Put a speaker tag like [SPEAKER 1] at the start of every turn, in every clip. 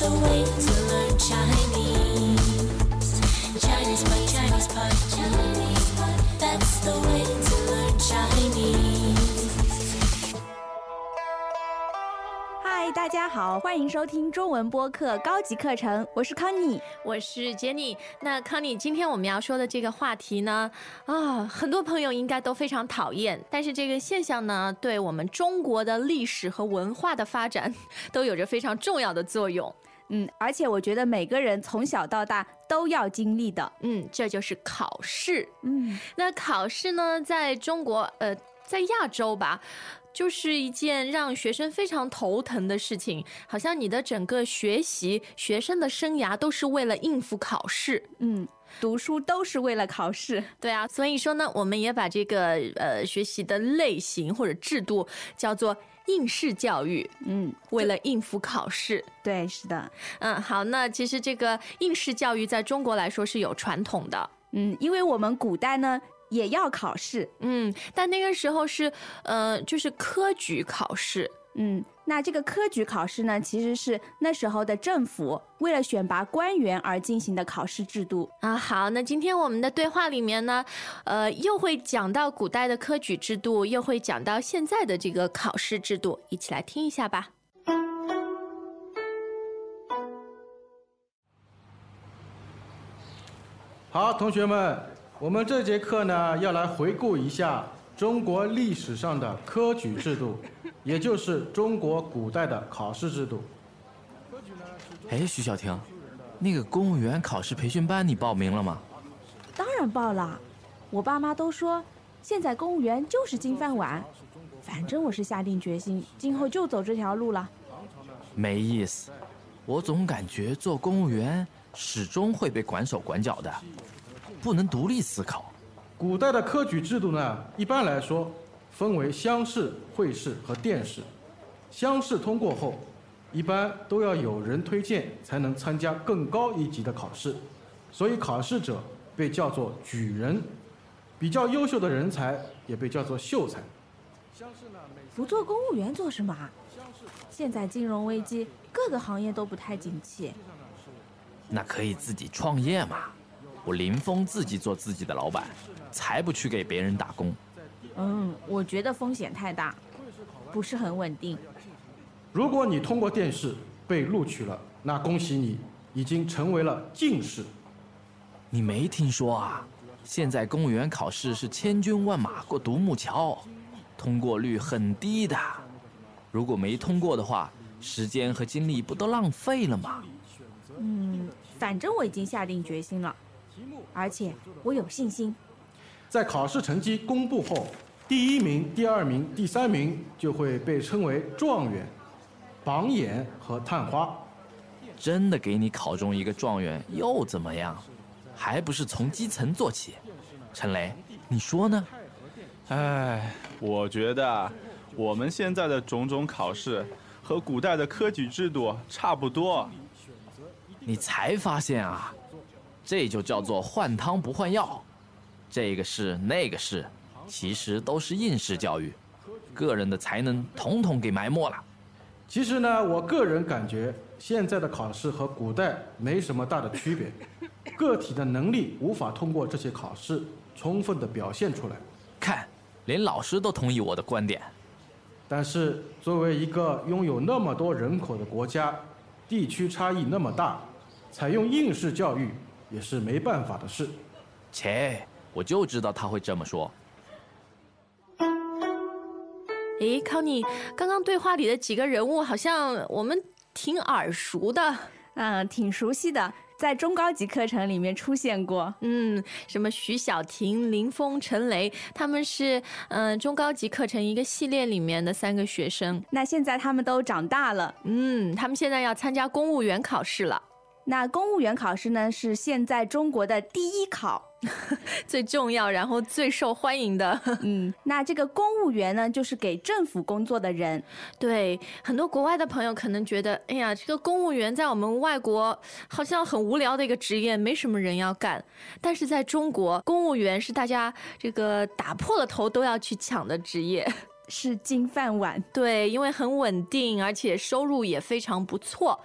[SPEAKER 1] a way to learn Chinese. Chinese pot, Chinese pot, Chinese pot. That's the way to learn Chinese.
[SPEAKER 2] 嗨，大家好，欢迎收听中文播客高级课程，我是康妮。
[SPEAKER 3] 我是 Jenny。那康妮，今天我们要说的这个话题呢，啊，很多朋友应该都非常讨厌，但是这个现象呢，对我们中国的历史和文化的发展 都有着非常重要的作用。
[SPEAKER 2] 嗯，而且我觉得每个人从小到大都要经历的。
[SPEAKER 3] 嗯，这就是考试。
[SPEAKER 2] 嗯，
[SPEAKER 3] 那考试呢，在中国，呃，在亚洲吧。就是一件让学生非常头疼的事情，好像你的整个学习、学生的生涯都是为了应付考试。
[SPEAKER 2] 嗯，读书都是为了考试。
[SPEAKER 3] 对啊，所以说呢，我们也把这个呃学习的类型或者制度叫做应试教育，
[SPEAKER 2] 嗯，
[SPEAKER 3] 为了应付考试。
[SPEAKER 2] 对，是的。
[SPEAKER 3] 嗯，好，那其实这个应试教育在中国来说是有传统的。
[SPEAKER 2] 嗯，因为我们古代呢也要考试。
[SPEAKER 3] 嗯，但那个时候是，呃，就是科举考试，
[SPEAKER 2] 嗯，那这个科举考试呢，其实是那时候的政府为了选拔官员而进行的考试制度。
[SPEAKER 3] 啊，好，那今天我们的对话里面呢，呃，又会讲到古代的科举制度，又会讲到现在的这个考试制度，一起来听一下吧。
[SPEAKER 4] 好，同学们，我们这节课呢要来回顾一下中国历史上的科举制度，也就是中国古代的考试制度。
[SPEAKER 5] 哎，徐小婷，那个公务员考试培训班你报名了吗？
[SPEAKER 2] 当然报了，我爸妈都说，现在公务员就是金饭碗。反正我是下定决心，今后就走这条路了。
[SPEAKER 5] 没意思，我总感觉做公务员始终会被管手管脚的，不能独立思考。
[SPEAKER 4] 古代的科举制度呢，一般来说分为乡试、会试和殿试。乡试通过后，一般都要有人推荐才能参加更高一级的考试，所以考试者被叫做举人，比较优秀的人才也被叫做秀才。
[SPEAKER 2] 不做公务员做什么啊？现在金融危机，各个行业都不太景气。
[SPEAKER 5] 那可以自己创业嘛？我林峰自己做自己的老板，才不去给别人打工。
[SPEAKER 2] 嗯，我觉得风险太大，不是很稳定。
[SPEAKER 4] 如果你通过殿试被录取了，那恭喜你，已经成为了进士。
[SPEAKER 5] 你没听说啊？现在公务员考试是千军万马过独木桥，通过率很低的。如果没通过的话，时间和精力不都浪费了吗？
[SPEAKER 2] 嗯，反正我已经下定决心了，而且我有信心。
[SPEAKER 4] 在考试成绩公布后，第一名、第二名、第三名就会被称为状元、榜眼和探花。
[SPEAKER 5] 真的给你考中一个状元又怎么样？还不是从基层做起？陈雷，你说呢？
[SPEAKER 6] 唉，我觉得啊我们现在的种种考试和古代的科举制度差不多。
[SPEAKER 5] 你才发现啊，这就叫做换汤不换药。这个是那个是，其实都是应试教育，个人的才能统统给埋没了。
[SPEAKER 4] 其实呢，我个人感觉现在的考试和古代没什么大的区别，个体的能力无法通过这些考试充分的表现出来。
[SPEAKER 5] 看，连老师都同意我的观点。
[SPEAKER 4] 但是，作为一个拥有那么多人口的国家，地区差异那么大，采用应试教育也是没办法的事。
[SPEAKER 5] 切，我就知道他会这么说。
[SPEAKER 3] 诶，康妮，刚刚对话里的几个人物好像我们挺耳熟的，
[SPEAKER 2] 嗯，挺熟悉的，在中高级课程里面出现过。
[SPEAKER 3] 嗯，什么徐小婷、林峰、陈雷，他们是嗯、呃中高级课程一个系列里面的三个学生，
[SPEAKER 2] 那现在他们都长大了。
[SPEAKER 3] 嗯，他们现在要参加公务员考试了，
[SPEAKER 2] 那公务员考试呢，是现在中国的第一考。
[SPEAKER 3] 最重要，然后最受欢迎的。
[SPEAKER 2] 嗯，那这个公务员呢，就是给政府工作的人。
[SPEAKER 3] 对，很多国外的朋友可能觉得，哎呀，这个公务员在我们外国好像很无聊的一个职业，没什么人要干。但是在中国，公务员是大家这个打破了头都要去抢的职业。
[SPEAKER 2] 是金饭碗。
[SPEAKER 3] 对，因为很稳定，而且收入也非常不错，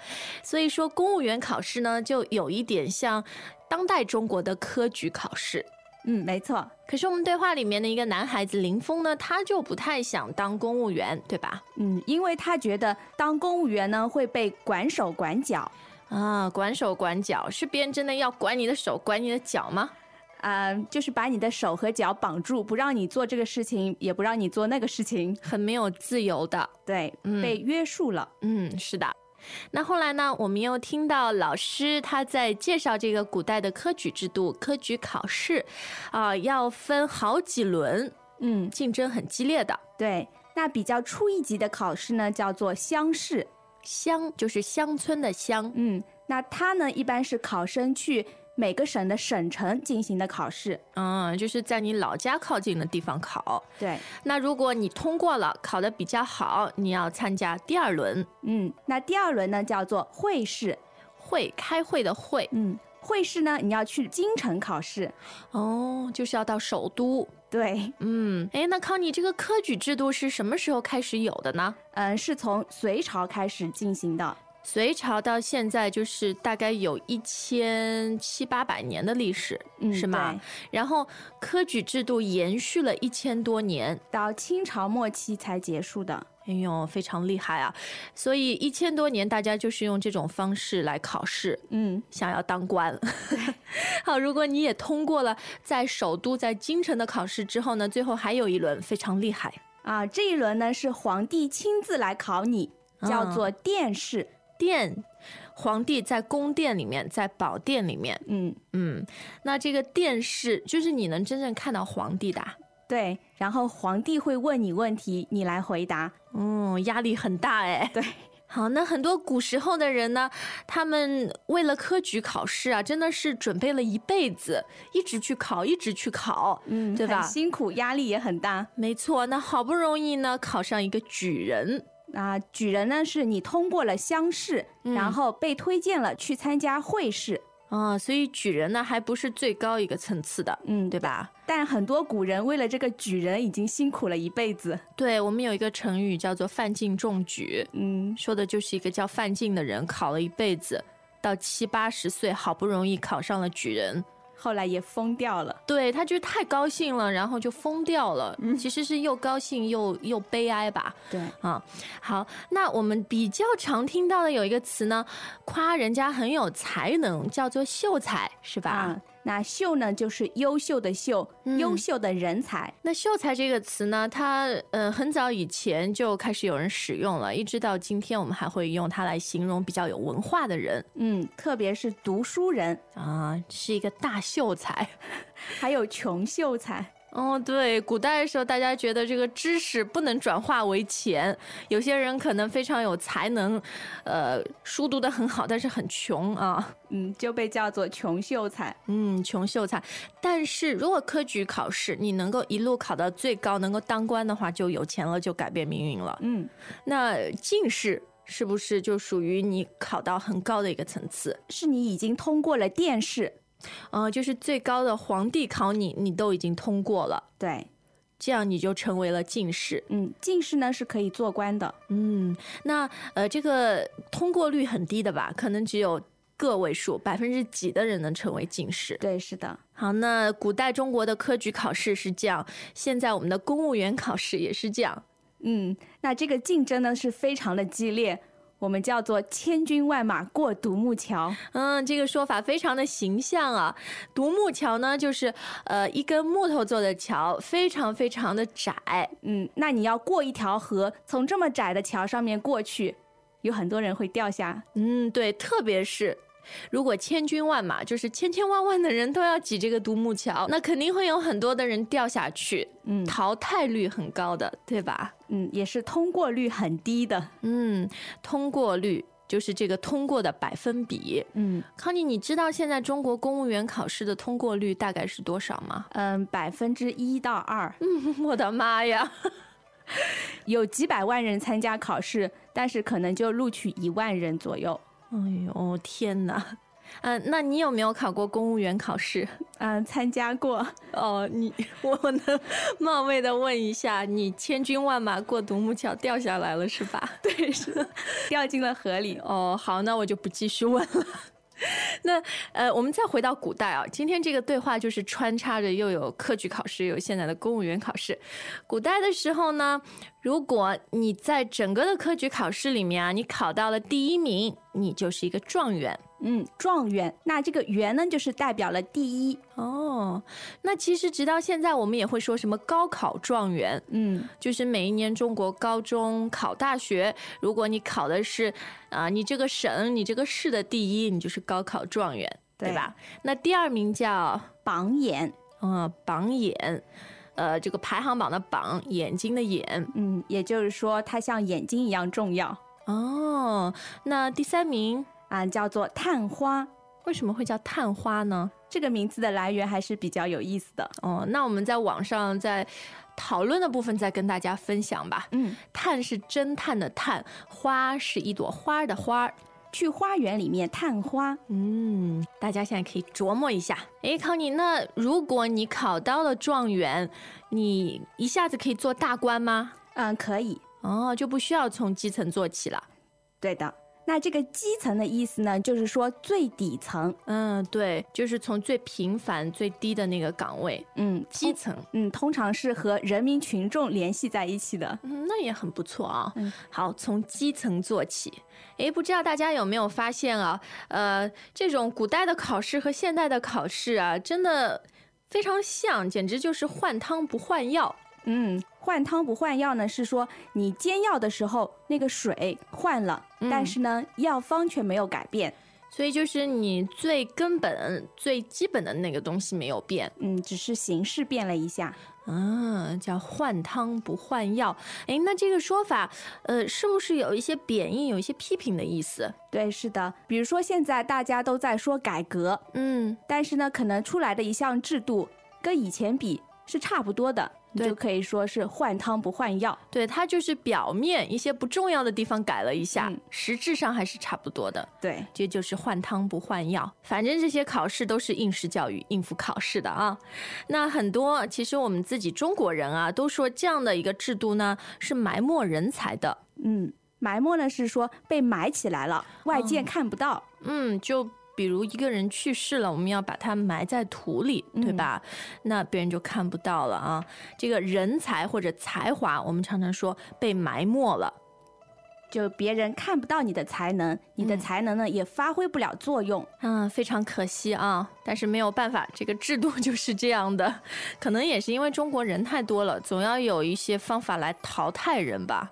[SPEAKER 3] 所以说公务员考试呢，就有一点像当代中国的科举考试。
[SPEAKER 2] 嗯，没错，
[SPEAKER 3] 可是我们对话里面的一个男孩子林峰呢，他就不太想当公务员，对吧？
[SPEAKER 2] 嗯，因为他觉得当公务员呢会被管手管脚，
[SPEAKER 3] 啊，管手管脚，是别人真的要管你的手，管你的脚吗？
[SPEAKER 2] 啊、就是把你的手和脚绑住，不让你做这个事情，也不让你做那个事情，
[SPEAKER 3] 很没有自由的。
[SPEAKER 2] 对，
[SPEAKER 3] 嗯
[SPEAKER 2] 被约束了。
[SPEAKER 3] 嗯，是的。那后来呢，我们又听到老师他在介绍这个古代的科举制度、科举考试，啊、要分好几轮，
[SPEAKER 2] 嗯，
[SPEAKER 3] 竞争很激烈的。
[SPEAKER 2] 对。那比较初一级的考试呢，叫做乡试。
[SPEAKER 3] 乡就是乡村的乡，
[SPEAKER 2] 嗯，那它呢一般是考生去每个省的省城进行的考试。
[SPEAKER 3] 嗯，就是在你老家靠近的地方考。
[SPEAKER 2] 对，
[SPEAKER 3] 那如果你通过了，考得比较好，你要参加第二轮
[SPEAKER 2] 嗯，那第二轮呢叫做会试。
[SPEAKER 3] 会，开会的会。
[SPEAKER 2] 嗯，会试呢你要去京城考试。
[SPEAKER 3] 哦，就是要到首都。
[SPEAKER 2] 对，
[SPEAKER 3] 嗯，哎，那康妮，这个科举制度是什么时候开始有的呢？
[SPEAKER 2] 嗯，是从隋朝开始进行的。
[SPEAKER 3] 隋朝到现在就是大概有一千七八百年的历史，
[SPEAKER 2] 嗯，
[SPEAKER 3] 是吗
[SPEAKER 2] 对？？
[SPEAKER 3] 然后科举制度延续了一千多年，
[SPEAKER 2] 到清朝末期才结束的。
[SPEAKER 3] 哎呦，非常厉害啊！所以一千多年，大家就是用这种方式来考试，
[SPEAKER 2] 嗯，
[SPEAKER 3] 想要当官。 好，如果你也通过了在首都在京城的考试之后呢，最后还有一轮非常厉害，
[SPEAKER 2] 啊，这一轮呢是皇帝亲自来考你，叫
[SPEAKER 3] 啊
[SPEAKER 2] 做殿试。
[SPEAKER 3] 殿，皇帝在宫殿里面，在宝殿里面，
[SPEAKER 2] 嗯，
[SPEAKER 3] 嗯，那这个殿试就是你能真正看到皇帝的啊，
[SPEAKER 2] 对。然后皇帝会问你问题，你来回答。
[SPEAKER 3] 嗯，压力很大哎。
[SPEAKER 2] 对。
[SPEAKER 3] 好，那很多古时候的人呢，他们为了科举考试啊，真的是准备了一辈子，一直去考，一直去考。
[SPEAKER 2] 嗯，
[SPEAKER 3] 对吧
[SPEAKER 2] 很辛苦，压力也很大
[SPEAKER 3] 没错，那好不容易呢考上一个举人，
[SPEAKER 2] 啊。举人呢，是你通过了乡试，
[SPEAKER 3] 嗯
[SPEAKER 2] 然后被推荐了去参加会试。
[SPEAKER 3] 啊、所以举人呢还不是最高一个层次的，
[SPEAKER 2] 嗯，
[SPEAKER 3] 对？吧？
[SPEAKER 2] 但很多古人为了这个举人已经辛苦了一辈子。
[SPEAKER 3] 对我们有一个成语叫做“范进中举”，
[SPEAKER 2] 嗯，
[SPEAKER 3] 说的就是一个叫范进的人考了一辈子，到七八十岁好不容易考上了举人，
[SPEAKER 2] 后来也疯掉了。
[SPEAKER 3] 对他就是太高兴了，然后就疯掉了，其实是又高兴又又悲哀吧。
[SPEAKER 2] 对，
[SPEAKER 3] 啊，好，那我们比较常听到的有一个词呢，夸人家很有才能，叫做秀才，是吧？
[SPEAKER 2] 啊，那秀呢，就是优秀的秀，
[SPEAKER 3] 嗯
[SPEAKER 2] 优秀的人才。
[SPEAKER 3] 那秀才这个词呢，它呃很早以前就开始有人使用了，一直到今天我们还会用它来形容比较有文化的人
[SPEAKER 2] 嗯，特别是读书人，
[SPEAKER 3] 啊，是一个大秀才。
[SPEAKER 2] 还有穷秀才。
[SPEAKER 3] 哦，对，古代的时候，大家觉得这个知识不能转化为钱，有些人可能非常有才能，呃，书读得很好，但是很穷啊，
[SPEAKER 2] 嗯，就被叫做穷秀才。
[SPEAKER 3] 嗯，穷秀才。但是如果科举考试你能够一路考到最高，能够当官的话，就有钱了，就改变命运了。
[SPEAKER 2] 嗯，
[SPEAKER 3] 那进士是不是就属于你考到很高的一个层次？
[SPEAKER 2] 是你已经通过了殿试。
[SPEAKER 3] 呃，就是最高的皇帝考你，你都已经通过了，
[SPEAKER 2] 对，
[SPEAKER 3] 这样你就成为了进士。
[SPEAKER 2] 嗯，进士呢是可以做官的。
[SPEAKER 3] 嗯，那呃，这个通过率很低的吧，可能只有个位数，百分之几的人能成为进士。
[SPEAKER 2] 对，是的。
[SPEAKER 3] 好，那古代中国的科举考试是这样，现在我们的公务员考试也是这样。
[SPEAKER 2] 嗯，那这个竞争呢是非常的激烈，我们叫做千军万马过独木桥。
[SPEAKER 3] 嗯，这个说法非常的形象啊。独木桥呢，就是呃一根木头做的桥，非常非常的窄。
[SPEAKER 2] 嗯，那你要过一条河，从这么窄的桥上面过去，有很多人会掉下。
[SPEAKER 3] 嗯，对，特别是。如果千军万马，就是千千万万的人都要挤这个独木桥，那肯定会有很多的人掉下去，
[SPEAKER 2] 嗯
[SPEAKER 3] 淘汰率很高的，对吧？
[SPEAKER 2] 嗯，也是通过率很低的。
[SPEAKER 3] 嗯，通过率就是这个通过的百分比。
[SPEAKER 2] 嗯
[SPEAKER 3] 康妮，你知道现在中国公务员考试的通过率大概是多少吗？
[SPEAKER 2] 嗯，百分之一到二，
[SPEAKER 3] 我的妈呀！
[SPEAKER 2] 有几百万人参加考试，但是可能就录取一万人左右。
[SPEAKER 3] 哎呦天哪！嗯、那你有没有考过公务员考试？
[SPEAKER 2] 嗯、参加过，
[SPEAKER 3] 哦，你我能冒昧的问一下，你千军万马过独木桥掉下来了是吧？ 对，是。
[SPEAKER 2] 掉进了河里。
[SPEAKER 3] 哦，好，那我就不继续问了。 那呃，我们再回到古代啊，今天这个对话就是穿插着又有科举考试，又有现在的公务员考试。古代的时候呢，如果你在整个的科举考试里面啊，你考到了第一名，你就是一个状元。
[SPEAKER 2] 嗯，状元。那这个元呢，就是代表了第一。
[SPEAKER 3] 哦，那其实直到现在，我们也会说什么高考状元，
[SPEAKER 2] 嗯，
[SPEAKER 3] 就是每一年中国高中考大学，如果你考的是啊、你这个省、你这个市的第一，你就是高考状元，对
[SPEAKER 2] 对
[SPEAKER 3] 吧？那第二名叫
[SPEAKER 2] 榜眼。
[SPEAKER 3] 呃榜眼，呃这个排行榜的榜，眼睛的眼。
[SPEAKER 2] 嗯，也就是说，它像眼睛一样重要
[SPEAKER 3] 哦，那第三名
[SPEAKER 2] 啊，叫做探花。
[SPEAKER 3] 为什么会叫探花呢？
[SPEAKER 2] 这个名字的来源还是比较有意思的。
[SPEAKER 3] 哦，那我们在网上在讨论的部分再跟大家分享吧。
[SPEAKER 2] 嗯，
[SPEAKER 3] 探是侦探的探，花是一朵花儿的花儿。
[SPEAKER 2] 去花园里面探花，
[SPEAKER 3] 嗯，大家现在可以琢磨一下。诶，康妮，那如果你考到了状元，你一下子可以做大官吗？
[SPEAKER 2] 嗯，可以，
[SPEAKER 3] 哦，就不需要从基层做起了。
[SPEAKER 2] 对的。那这个基层的意思呢，就是说最底层，
[SPEAKER 3] 嗯，对，就是从最平凡、最低的那个岗位，
[SPEAKER 2] 嗯，
[SPEAKER 3] 基
[SPEAKER 2] 通，
[SPEAKER 3] 层。
[SPEAKER 2] 嗯，通常是和人民群众联系在一起的。
[SPEAKER 3] 嗯，那也很不错啊。
[SPEAKER 2] 嗯
[SPEAKER 3] 好，从基层做起。诶，不知道大家有没有发现啊？呃，这种古代的考试和现代的考试啊，真的非常像，简直就是换汤不换药。
[SPEAKER 2] 嗯，换汤不换药呢，是说你煎药的时候那个水换了，
[SPEAKER 3] 嗯
[SPEAKER 2] 但是呢，药方却没有改变，
[SPEAKER 3] 所以就是你最根本、最基本的那个东西没有变，
[SPEAKER 2] 嗯，只是形式变了一下。
[SPEAKER 3] 啊，叫换汤不换药。诶，那这个说法，呃，是不是有一些贬义、有一些批评的意思？
[SPEAKER 2] 对，是的。比如说现在大家都在说改革，
[SPEAKER 3] 嗯，
[SPEAKER 2] 但是呢，可能出来的一项制度跟以前比是差不多的，你
[SPEAKER 3] 对
[SPEAKER 2] 就可以说是换汤不换药。
[SPEAKER 3] 对，它就是表面一些不重要的地方改了一下，
[SPEAKER 2] 嗯
[SPEAKER 3] 实质上还是差不多的。
[SPEAKER 2] 对，
[SPEAKER 3] 这就是换汤不换药，反正这些考试都是应试教育，应付考试的啊。那很多其实我们自己中国人啊，都说这样的一个制度呢是埋没人才的，
[SPEAKER 2] 嗯，埋没呢是说被埋起来了，外界看不到。
[SPEAKER 3] 嗯，就比如一个人去世了，我们要把他埋在土里，对吧？那别人就看不到了啊。这个人才或者才华，我们常常说被埋没了。
[SPEAKER 2] 就别人看不到你的才能，你的
[SPEAKER 3] 嗯
[SPEAKER 2] 才能呢、也发挥不了作用。
[SPEAKER 3] 嗯，非常可惜啊，但是没有办法，这个制度 就是这样的，可能也是因为中国人太多了，总要有一些方法来淘汰人吧。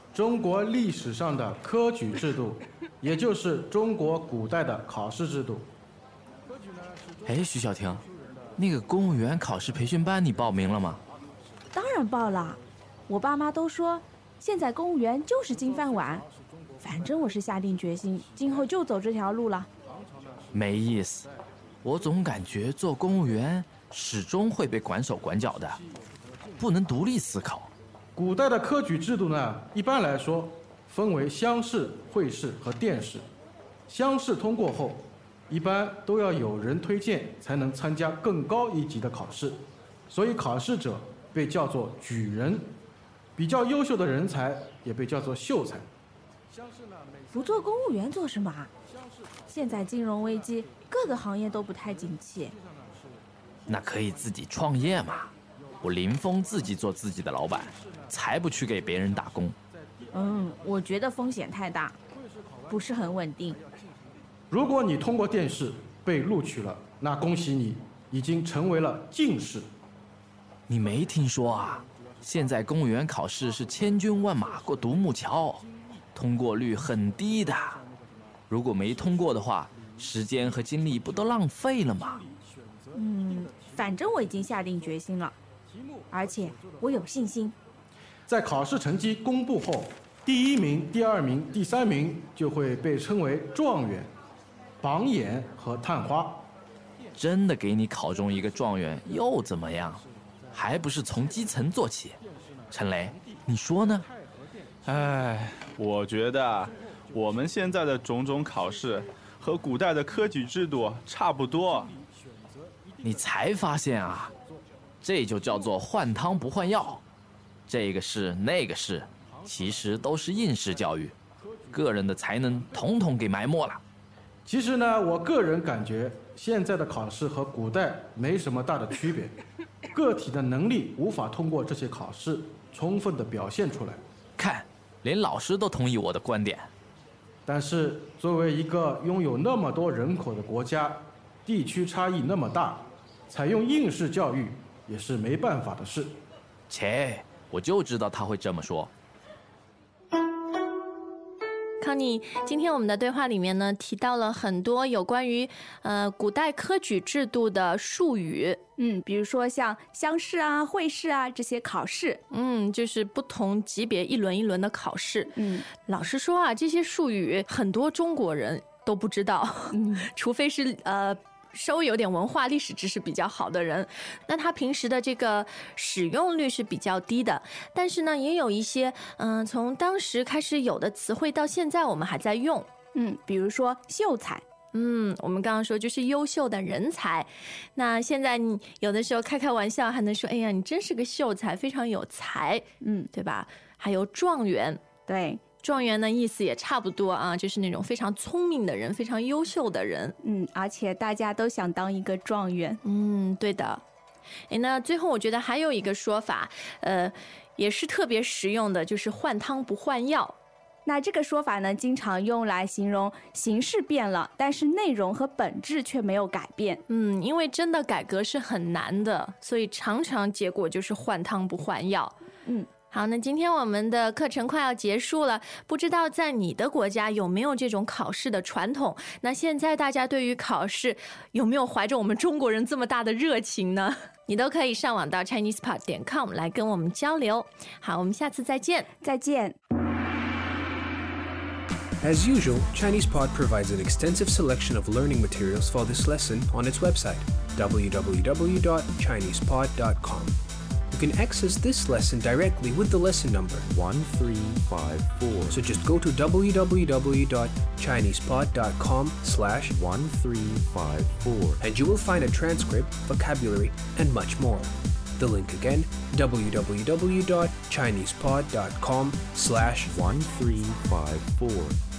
[SPEAKER 4] 中国历史上的科举制度，也就是中国古代的考试制度。
[SPEAKER 5] 哎，徐小婷，那个公务员考试培训班你报名了吗？
[SPEAKER 2] 当然报啦，我爸妈都说，现在公务员就是金饭碗。反正我是下定决心，今后就走这条路了。
[SPEAKER 5] 没意思，我总感觉做公务员始终会被管手管脚的，不能独立思考。
[SPEAKER 4] 古代的科举制度呢，一般来说分为乡试、会试和殿试。乡试通过后，一般都要有人推荐才能参加更高一级的考试，所以考试者被叫做举人，比较优秀的人才也被叫做秀才。乡试呢每
[SPEAKER 2] 不做公务员做什么啊？现在金融危机，各个行业都不太景气。
[SPEAKER 5] 那可以自己创业嘛。我林峰自己做自己的老板，才不去给别人打工。
[SPEAKER 2] 嗯，我觉得风险太大，不是很稳定。
[SPEAKER 4] 如果你通过电视被录取了，那恭喜你，已经成为了进士。
[SPEAKER 5] 你没听说啊？现在公务员考试是千军万马过独木桥，通过率很低的。如果没通过的话，时间和精力不都浪费了吗？
[SPEAKER 2] 嗯，反正我已经下定决心了，而且我有信心。
[SPEAKER 4] 在考试成绩公布后，第一名、第二名、第三名就会被称为状元、榜眼和探花。
[SPEAKER 5] 真的给你考中一个状元又怎么样？还不是从基层做起？陈雷，你说呢？
[SPEAKER 6] 唉，我觉得啊我们现在的种种考试和古代的科举制度差不多。
[SPEAKER 5] 你才发现啊，这就叫做换汤不换药。这个是那个是，其实都是应试教育，个人的才能统统给埋没了。
[SPEAKER 4] 其实呢，我个人感觉现在的考试和古代没什么大的区别，个体的能力无法通过这些考试充分的表现出来。
[SPEAKER 5] 看，连老师都同意我的观点。
[SPEAKER 4] 但是，作为一个拥有那么多人口的国家，地区差异那么大，采用应试教育也是没办法的事。
[SPEAKER 5] 切，我就知道他会这么说。
[SPEAKER 3] 康妮，今天我们的对话里面呢，提到了很多有关于呃古代科举制度的术语，
[SPEAKER 2] 嗯，比如说像乡试啊、会试啊这些考试，
[SPEAKER 3] 嗯，就是不同级别一轮一轮的考试。
[SPEAKER 2] 嗯
[SPEAKER 3] 老实说啊，这些术语很多中国人都不知道，
[SPEAKER 2] 嗯，
[SPEAKER 3] 除非是呃稍微有点文化历史知识比较好的人，那他平时的这个使用率是比较低的。但是呢，也有一些嗯、呃从当时开始有的词汇到现在我们还在用。
[SPEAKER 2] 嗯，比如说秀才，
[SPEAKER 3] 嗯，我们刚刚说就是优秀的人才，那现在你有的时候开开玩笑还能说，哎呀，你真是个秀才，非常有才，
[SPEAKER 2] 嗯，
[SPEAKER 3] 对吧？还有状元，
[SPEAKER 2] 对，
[SPEAKER 3] 状元呢意思也差不多啊，就是那种非常聪明的人，非常优秀的人。
[SPEAKER 2] 嗯，而且大家都想当一个状元，
[SPEAKER 3] 嗯，对的。哎，那最后我觉得还有一个说法，呃，也是特别实用的，就是换汤不换药。
[SPEAKER 2] 那这个说法呢，经常用来形容形式变了，但是内容和本质却没有改变。
[SPEAKER 3] 嗯，因为真的改革是很难的，所以常常结果就是换汤不换药。
[SPEAKER 2] 嗯，
[SPEAKER 3] 好，那今天我们的课程快要结束了，不知道在你的国家有没有这种考试的传统？那现在大家对于考试有没有怀着我们中国人这么大的热情呢？ 你都可以上网到 ChinesePod 点 com 来跟我们交流。好，我们下次再见。
[SPEAKER 2] 再见。
[SPEAKER 7] As usual, ChinesePod provides an extensive selection of learning materials for this lesson on its website, www.chinesepod.com. You can access this lesson directly with the lesson number,
[SPEAKER 8] 1354.
[SPEAKER 7] so just go to www.chinesepod.com slash
[SPEAKER 8] 1354.
[SPEAKER 7] and you will find a transcript, vocabulary, and much more. The link again, www.chinesepod.com slash
[SPEAKER 8] 1354.